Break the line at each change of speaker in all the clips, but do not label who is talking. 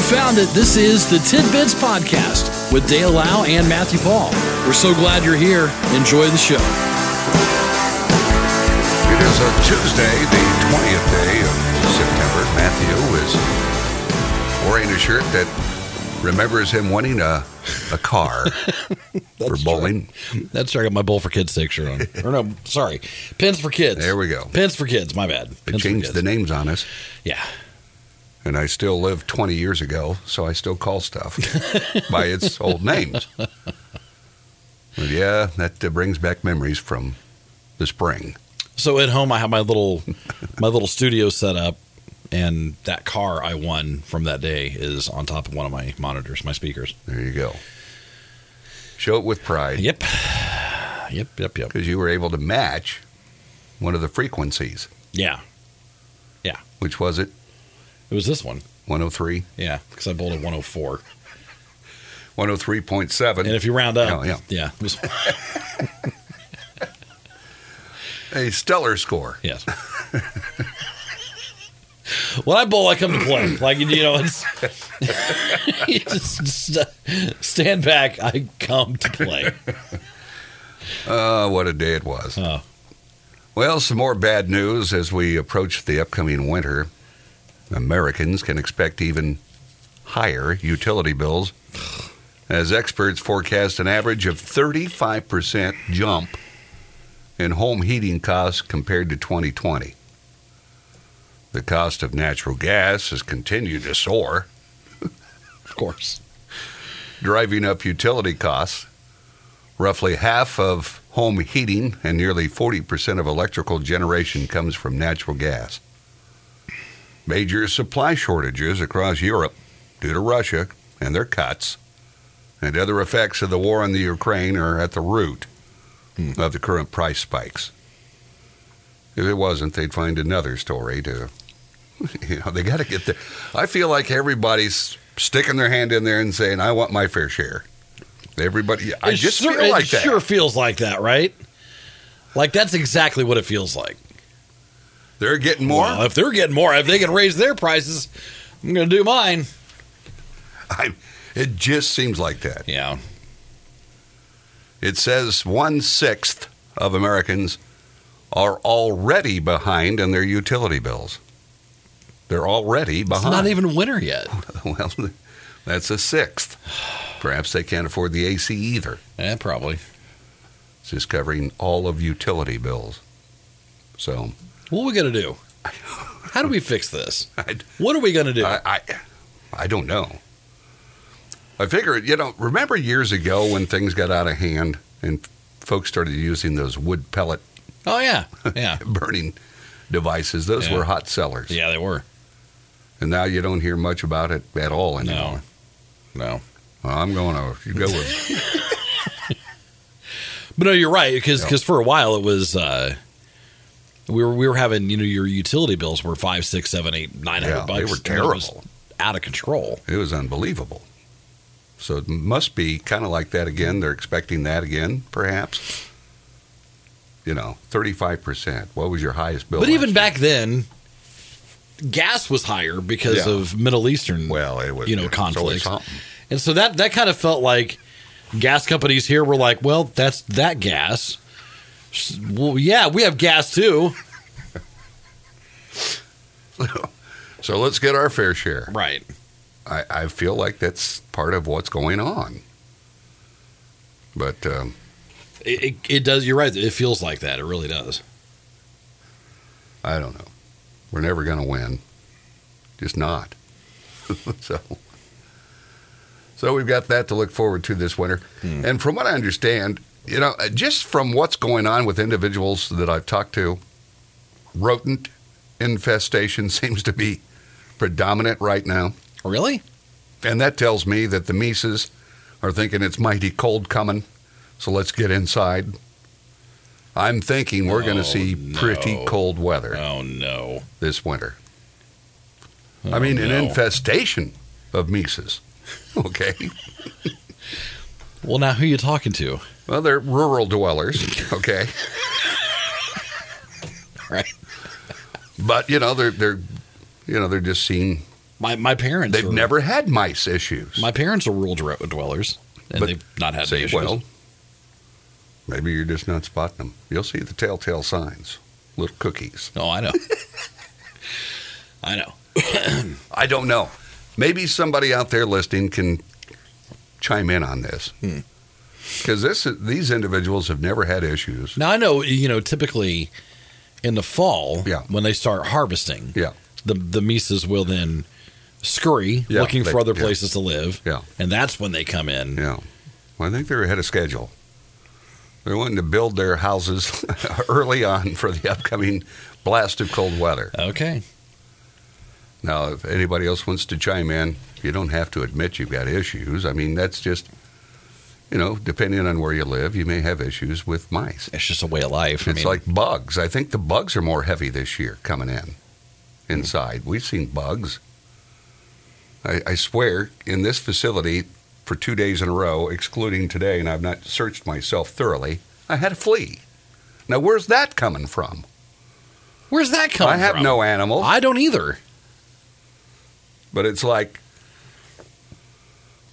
found it. This is the Tidbits Podcast with Dale Lau and Matthew Paul. We're so glad you're here. Enjoy the show.
It is a Tuesday, the 20th day of September. Matthew is wearing a shirt that remembers him winning a, a car for bowling.
That's right. I got my Bowl for Kids picture on. or no, sorry. Pins for Kids.
There we go.
Pins for Kids. My bad.
They
Pins for
changed
Kids.
the names on us,
Yeah.
and I still live 20 years ago, so I still call stuff by its old names. But yeah, that uh, brings back memories from the spring.
So at home, I have my little my little studio set up, and that car I won from that day is on top of one of my monitors, my speakers.
There you go. Show it with pride.
Yep. Yep. Yep. Yep.
because you were able to match one of the frequencies,
Yeah.
which was it
It was this one.
103,
Yeah, because I bowled a 104. And
103.7.
if you round up,
Oh, yeah.
yeah, it was,
A stellar score.
yes. when I bowl, I come to play. Like you know, it's you just st- stand back. I come to play.
Oh, what a day it was.
Oh.
Well, some more bad news as we approach the upcoming winter. Americans can expect even higher utility bills as experts forecast an average of 35% jump in home heating costs compared to 2020. The cost of natural gas has continued to soar.
Of course.
driving up utility costs. Roughly half of home heating and nearly 40% of electrical generation comes from natural gas. Major supply shortages across Europe due to Russia and their cuts and other effects of the war in the Ukraine are at the root
Hmm.
of the current price spikes. If it wasn't, they'd find another story to, you know, they got to get there. I feel like everybody's sticking their hand in there and saying, "I want my fair share." Everybody, I
It
just
sure,
feel like
it
that.
Sure feels like that, right? Like that's exactly what it feels like.
They're getting more.
Well, if they're getting more, if they can raise their prices, I'm going to do mine.
I, it just seems like that.
Yeah.
It says one sixth of Americans are already behind in their utility bills. They're already
It's
behind.
not even winter yet.
well, that's a sixth. Perhaps they can't afford the AC either.
Yeah, probably.
It's just covering all of utility bills. So
What are we going to do? How do we fix this?
I,
What are we going to do?
I, I, I don't know. I figure, you know, remember years ago when things got out of hand and folks started using those wood pellet
oh, yeah. Yeah.
burning devices? Those
Yeah.
were hot sellers.
Yeah, they were.
And now you don't hear much about it at all
No.
anymore.
No.
Well, I'm going to you go with
But no, you're right because
No.
for a while it was uh, we were we were having you know your utility bills were five six seven eight nine hundred
yeah,
bucks.
they were
and it was
terrible.
out of control.
It was unbelievable. So it must be kind of like that again. They're expecting that again, perhaps. You know, 35%. What was your highest bill?
But
last
even
year?
back then, gas was higher because
Yeah.
of Middle Eastern.
well, it was
you know,
it's always
conflicts.
something.
and so that that kind of felt like gas companies here were like, well, that's that gas. S- Well, yeah, we have gas too.
So let's get our fair share.
Right.
I, I feel like that's part of what's going on. But um,
It, it, it does. You're right. It feels like that. It really does.
I don't know. We're never going to win. Just not. so, so we've got that to look forward to this winter.
Hmm.
And from what I understand, you know, uh, just from what's going on with individuals that I've talked to, rodent infestation seems to be predominant right now.
Really?
And that tells me that the Mises are thinking it's mighty cold coming, so let's get inside. I'm thinking we're going
Oh,
to see pretty
no.
cold weather
Oh no.
this winter. I mean,
Oh,
an
no.
infestation of Mises. Okay.
Well, now who you talking to?
well, they're rural dwellers. Okay.
Right.
But, you know, they're, they're, you know, they're just seeing
My my parents
They've
are-
never had mice issues.
my parents are rural dr- dwellers and
But-
they've not had the
See,
issues.
well, maybe you're just not spotting them. You'll see the telltale signs, little cookies.
Oh, I know. I know.
I don't know. Maybe somebody out there listening can chime in on this
Hmm.
because this these individuals have never had issues.
Now I know you know typically in the fall
Yeah.
when they start harvesting,
Yeah,
the the Mises will then scurry
Yeah,
looking
they-
for other
yeah.
places to live.
Yeah.
And that's when they come in.
yeah. Well, I think they're ahead of schedule. They're wanting to build their houses early on for the upcoming blast of cold weather.
Okay.
Now, if anybody else wants to chime in, you don't have to admit you've got issues. I mean, that's just, you know, depending on where you live, you may have issues with mice.
It's just a way of life. I
It's
mean,
like bugs. I think the bugs are more heavy this year coming in
Hmm.
inside. We've seen bugs. I, I swear, in this facility for two days in a row, excluding today, and I've not searched myself thoroughly, I had a flea. Now, where's that coming from?
where's that coming
I have
from?
no animals,
I don't either.
but it's like,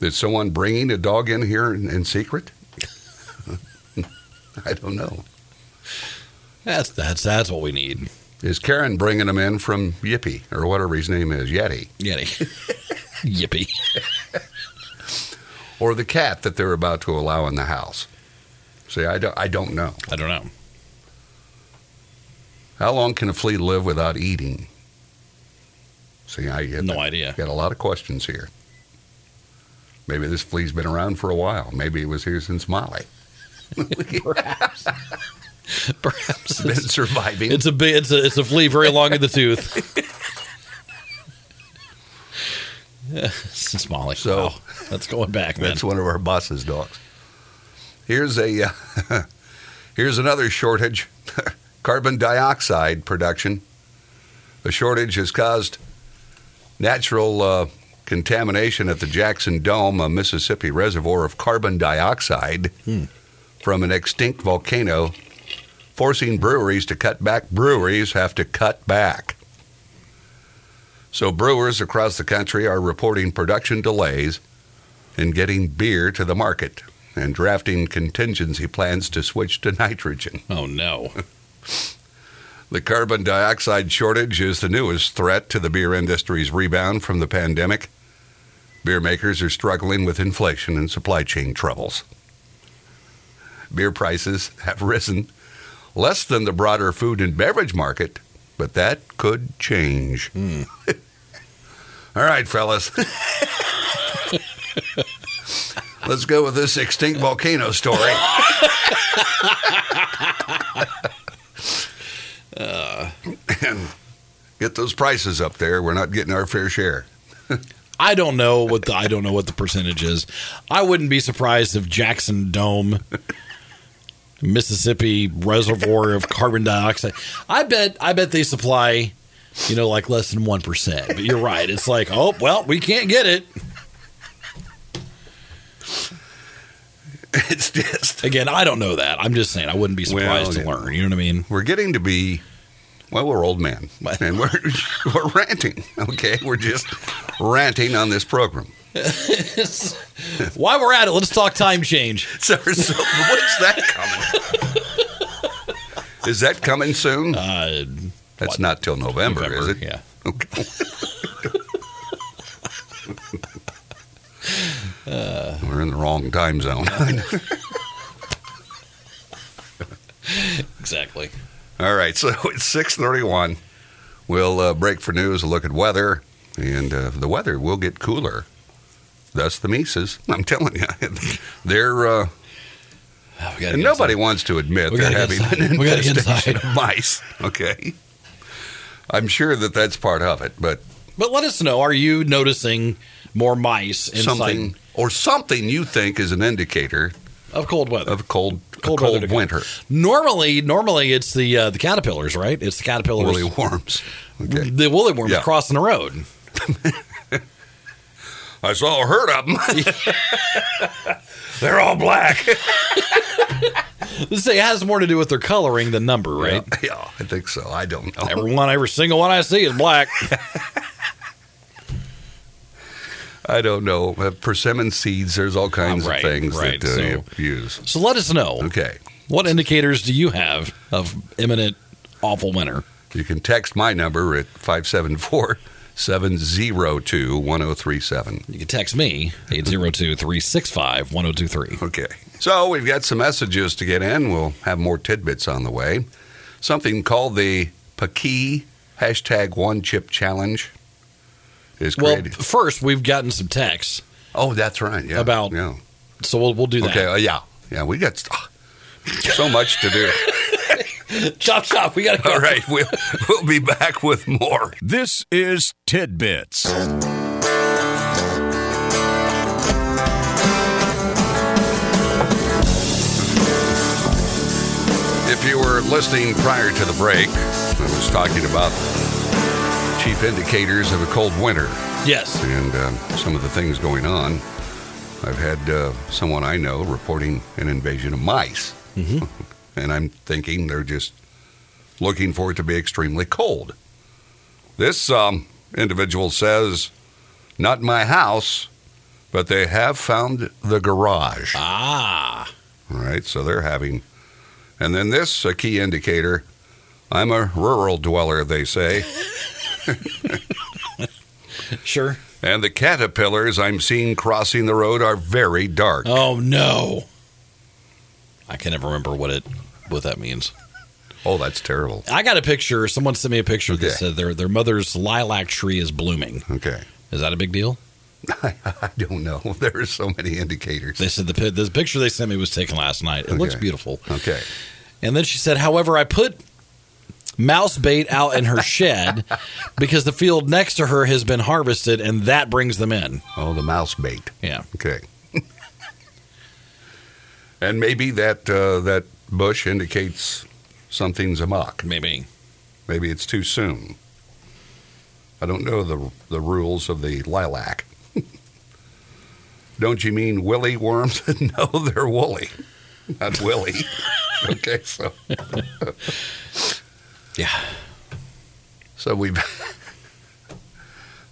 is someone bringing a dog in here in, in secret? I don't know.
That's that's that's what we need.
Is Karen bringing him in from Yippee or whatever his name is, Yeti?
Yeti. Yippee.
or the cat that they're about to allow in the house. See, I don't, I don't know.
I don't know.
How long can a flea live without eating? See, I get,
No idea.
got a lot of questions here. Maybe this flea's been around for a while. Maybe it was here since Molly.
Perhaps. Perhaps
Been
it's,
surviving.
it's a big, it's a it's a flea very long in the tooth. Since Molly.
So-
Wow. that's going back, man.
That's one of our boss's dogs. Here's a uh, here's another shortage: carbon dioxide production. The shortage has caused natural uh, contamination at the Jackson Dome, a Mississippi reservoir of carbon dioxide from an extinct volcano, forcing breweries to cut back. Breweries have to cut back. So brewers across the country are reporting production delays in getting beer to the market and drafting contingency plans to switch to nitrogen.
Oh no.
The carbon dioxide shortage is the newest threat to the beer industry's rebound from the pandemic. Beer makers are struggling with inflation and supply chain troubles. Beer prices have risen less than the broader food and beverage market, but that could change. All right, fellas. Let's go with this extinct volcano story. and get those prices up there. We're not getting our fair share.
I don't know what the I don't know what the percentage is. I wouldn't be surprised if Jackson Dome, Mississippi reservoir of carbon dioxide. I bet I bet they supply, you know, like less than one percent. But you're right. It's like, oh well, we can't get it.
It's just
Again, I don't know that. I'm just saying I wouldn't be surprised
Well,
to
yeah.
learn. You know what I mean?
we're getting to be well we're old men and we're we're ranting okay we're just ranting on this program
While we're at it, let's talk time change.
so, so what's that coming is that coming soon
Uh,
that's not till november, is it
Yeah.
we're in the wrong time zone
Exactly.
all right so it's 6.31 we'll uh, break for news a look at weather and uh, the weather will get cooler thus the mises i'm telling you they're uh,
Oh, we gotta
And
get
nobody wants to admit
We
they're
gotta
having
get inside.
an
We gotta get
infestation
inside.
of mice. Okay. I'm sure that that's part of it, but
But let us know. Are you noticing more mice inside
something or something you think is an indicator
of cold weather?
of cold a
Cold
cold,
weather to come.
winter,
normally, normally it's the uh, the caterpillars, right? It's the caterpillars,
woolly worms. Okay.
the woolly worms
Yeah.
crossing the road.
I saw a herd of them. they're all black.
This it has more to do with their coloring than number, right?
Yeah, yeah, I think so. I don't know.
Every one, every single one I see is black.
I don't know. Uh, persimmon seeds, there's all kinds
right,
of things
right,
that uh,
so-
you use.
So let us know
Okay.
what indicators do you have of imminent awful winter.
You can text my number at 574 702 1037.
You can text me 802 365 1023.
Okay. So we've got some messages to get in. We'll have more tidbits on the way. Something called the Paki hashtag one chip challenge is
Well,
created.
first we've gotten some texts,
oh, that's right. Yeah.
about
yeah.
so we'll we'll do that.
Okay. uh, yeah. Yeah. We got st- so much to do.
Chop chop, we gotta go.
All right. We'll, we'll be back with more.
This is Tidbits.
If you were listening prior to the break, I was talking about chief indicators of a cold winter
Yes.
and um, some of the things going on. I've had uh, someone I know reporting an invasion of mice. and I'm thinking they're just looking for it to be extremely cold. This um, individual says, Not my house, but they have found the garage.
Ah.
All right, so they're having. And then this, a key indicator. I'm a rural dweller, they say.
Sure.
and the caterpillars I'm seeing crossing the road are very dark.
Oh no. I can never remember what it what that means.
Oh, that's terrible.
I got a picture. Someone sent me a picture that
Okay.
said their their mother's lilac tree is blooming.
Okay.
Is that a big deal?
I don't know. There are so many indicators.
They said the pi- the picture they sent me was taken last night. It looks
Okay.
beautiful.
Okay.
And then she said, however, I put mouse bait out in her shed because the field next to her has been harvested and that brings them in.
Oh, the mouse bait.
Yeah.
Okay. and maybe that uh, that bush indicates something's amok.
Maybe.
Maybe it's too soon. I don't know the the rules of the lilac. don't you mean willy worms? no, they're woolly, not willy. okay, so
Yeah.
so we've.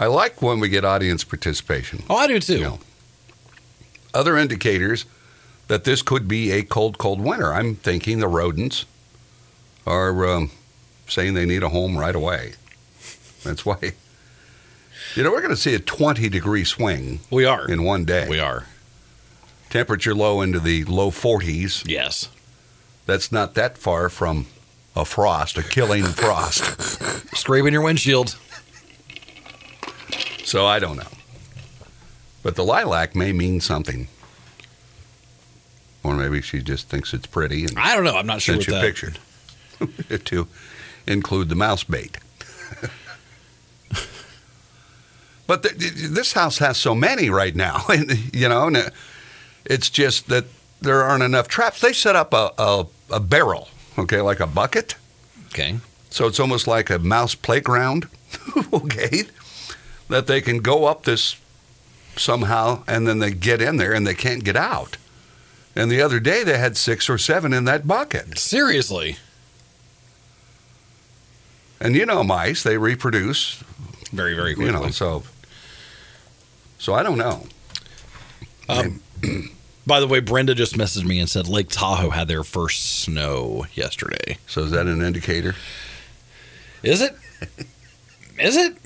I like when we get audience participation.
Oh, I do too.
You know. Other indicators that this could be a cold, cold winter. I'm thinking the rodents are um, saying they need a home right away. That's why. You know, we're going to see a 20 degree swing
We are.
in one day.
We are.
Temperature low into the low 40s.
Yes.
That's not that far from a frost, a killing frost.
Scraping your windshield.
So I don't know. But the lilac may mean something. Or maybe she just thinks it's pretty and
I don't know. I'm not sure
sent
what
you
that.
pictured to include the mouse bait. but th this house has so many right now, and, you know, and it's just that there aren't enough traps. They set up a, a, a barrel, okay, like a bucket.
Okay.
So it's almost like a mouse playground, okay, that they can go up this somehow and then they get in there and they can't get out. And the other day they had six or seven in that bucket.
Seriously.
And you know mice, they reproduce,
Very, very quickly.
you know, so so I don't know.
Um, by the way, Brenda just messaged me and said Lake Tahoe had their first snow yesterday.
So is that an indicator?
Is it? Is it?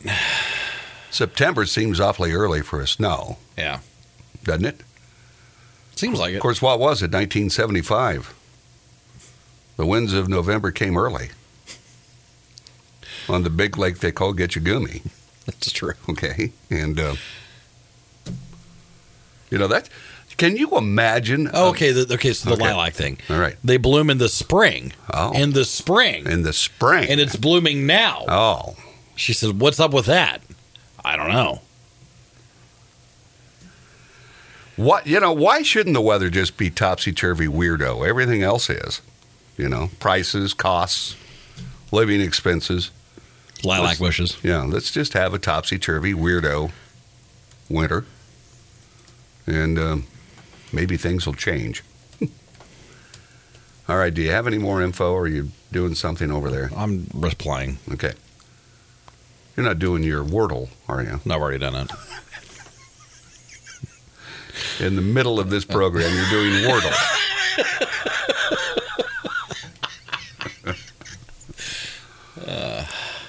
September seems awfully early for a snow,
Yeah.
doesn't it?
Seems like
Of
it.
course, what was it? 1975. The winds of November came early on the big lake they call Getchagumi.
That's true.
Okay, and uh, you know that. Can you imagine?
Oh, okay. The, okay. So the
Okay.
lilac thing.
All right.
They bloom in the spring.
Oh.
In the spring.
In the spring.
And it's blooming now.
oh,
She said, What's up with that? I don't know.
what you know? Why shouldn't the weather just be topsy turvy weirdo? Everything else is, you know, prices, costs, living expenses.
Lilac
Let's-
bushes.
Yeah, let's just have a topsy turvy weirdo winter, and um, maybe things will change. All right. Do you have any more info? Or are you doing something over there?
I'm replying.
Okay. You're not doing your Wordle, are you?
No, I've already done it.
in the middle of this program, you're doing Wordle.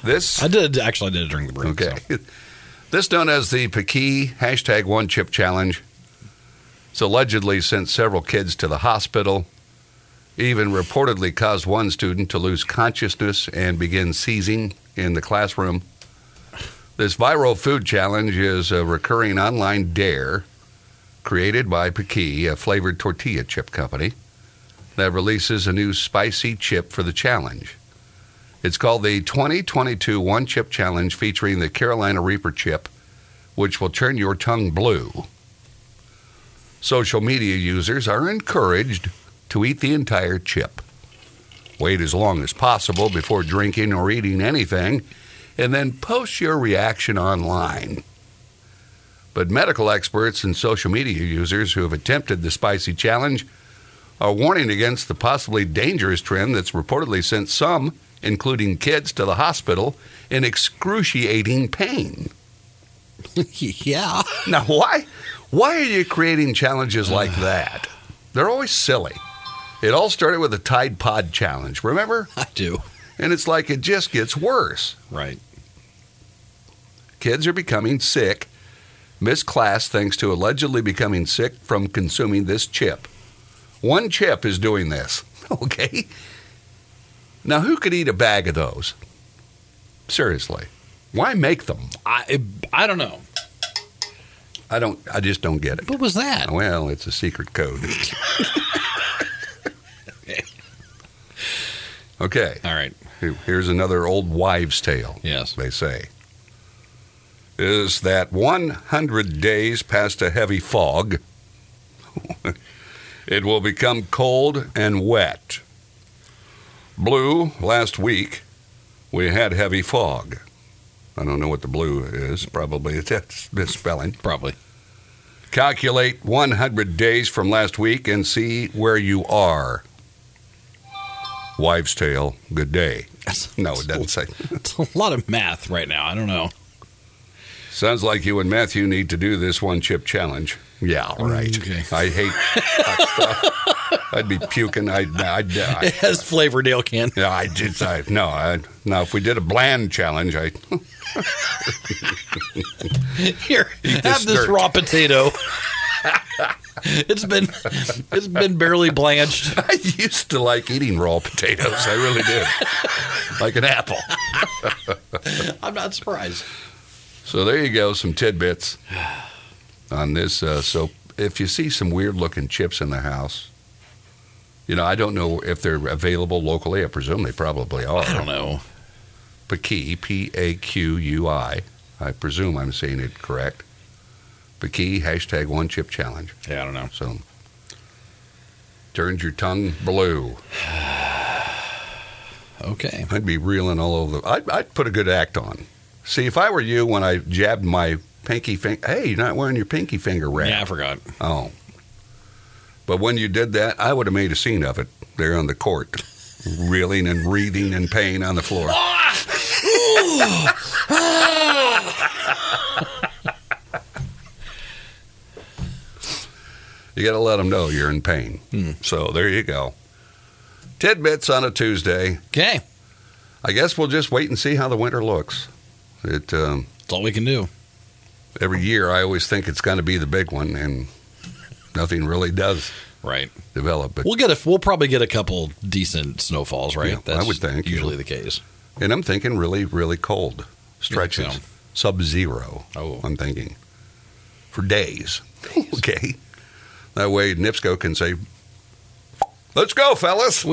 this
I did actually. I did it during the break.
okay.
so.
This known as the Pequi hashtag one chip challenge. It's allegedly sent several kids to the hospital. Even reportedly caused one student to lose consciousness and begin seizing in the classroom. This viral food challenge is a recurring online dare created by Pequi, a flavored tortilla chip company, that releases a new spicy chip for the challenge. It's called the 2022 One Chip Challenge featuring the Carolina Reaper chip, which will turn your tongue blue. Social media users are encouraged to eat the entire chip. Wait as long as possible before drinking or eating anything, and then post your reaction online. But medical experts and social media users who have attempted the spicy challenge are warning against the possibly dangerous trend that's reportedly sent some including kids, to the hospital in excruciating pain.
yeah.
Now, why, why are you creating challenges like that? They're always silly. It all started with the Tide Pod challenge, remember?
I do.
And it's like it just gets worse.
Right.
Kids are becoming sick, miss class thanks to allegedly becoming sick from consuming this chip. One chip is doing this. Okay. Now, who could eat a bag of those? Seriously. Why make them?
I I don't know.
I don't. I just don't get it.
What was that?
Well, it's a secret code. okay.
All right.
here- Here's another old wives' tale.
Yes.
They say is that 100 days past a heavy fog, it will become cold and wet. Blue last week, we had heavy fog. I don't know what the blue is. Probably it's misspelling
Probably.
calculate 100 days from last week and see where you are. Wives' tale. Good day. No, it doesn't say.
It's a lot of math right now. I don't know.
Sounds like you and Matthew need to do this one chip challenge. Yeah, right.
Okay.
I hate hot stuff. I'd be puking. I'd, I'd, uh, i
It has flavor, Dale can.
yeah, I just, I, no, I, now if we did a bland challenge, I,
Here,
Eat
have
this
this
dirt.
raw potato. it's been it's been barely blanched.
I used to like eating raw potatoes. I really did. like an apple.
I'm not surprised.
So there you go, some tidbits on this. Uh, so if you see some weird looking chips in the house, you know I don't know if they're available locally. I presume they probably are.
I don't know.
Paqui, P A Q U I. I presume I'm saying it correct. Paqui hashtag one chip challenge.
Yeah, I don't know.
So turns your tongue blue.
Okay.
I'd be reeling all over. The, I'd, I'd put a good act on. See, if I were you, when I jabbed my pinky finger, hey, you're not wearing your pinky finger wrap.
Yeah, I forgot.
Oh. But when you did that, I would have made a scene of it there on the court, reeling and wreathing in pain on the floor. you got to let them know you're in pain. So there you go. Tidbits on a Tuesday.
Okay.
I guess we'll just wait and see how the winter looks. It um,
That's all we can do.
every year I always think it's going to be the big one, and nothing really does
Right.
develop. But
We'll get a we'll probably get a couple decent snowfalls, right?
Yeah, I would think,
usually
yeah.
the case.
And I'm thinking really, really cold stretches,
so?
sub zero.
Oh.
I'm thinking for days. Okay. That way NIPSCO can say, let's go, fellas.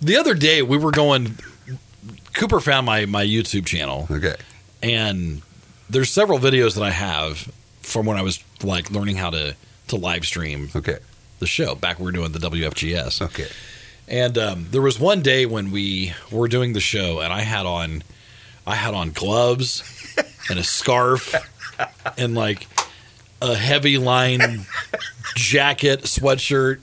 The other day we were going Cooper found my my YouTube channel
Okay.
and there's several videos that I have from when I was like learning how to to live stream
Okay.
the show back when we were doing the WFGS.
Okay.
And um, there was one day when we were doing the show, and I had on, I had on gloves and a scarf and like a heavy line jacket, sweatshirt.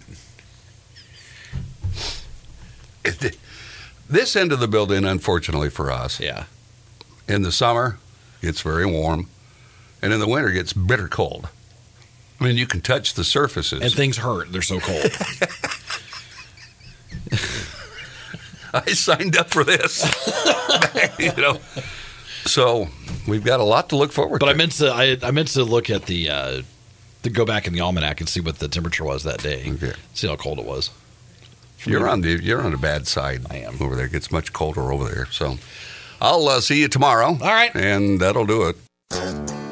This end of the building, unfortunately for us,
Yeah,
in the summer, it's very warm. and in the winter it gets bitter cold. I mean, you can touch the surfaces.
and things hurt. They're so cold.
I signed up for this. you know, so we've got a lot to look forward
But
to.
I meant to I, I meant to look at the uh, to go back in the almanac and see what the temperature was that day.
Okay.
See how cold it was.
You're on the you're on the bad side.
I am.
over there. It gets much colder over there. So I'll uh, see you tomorrow. All
right.
and that'll do it.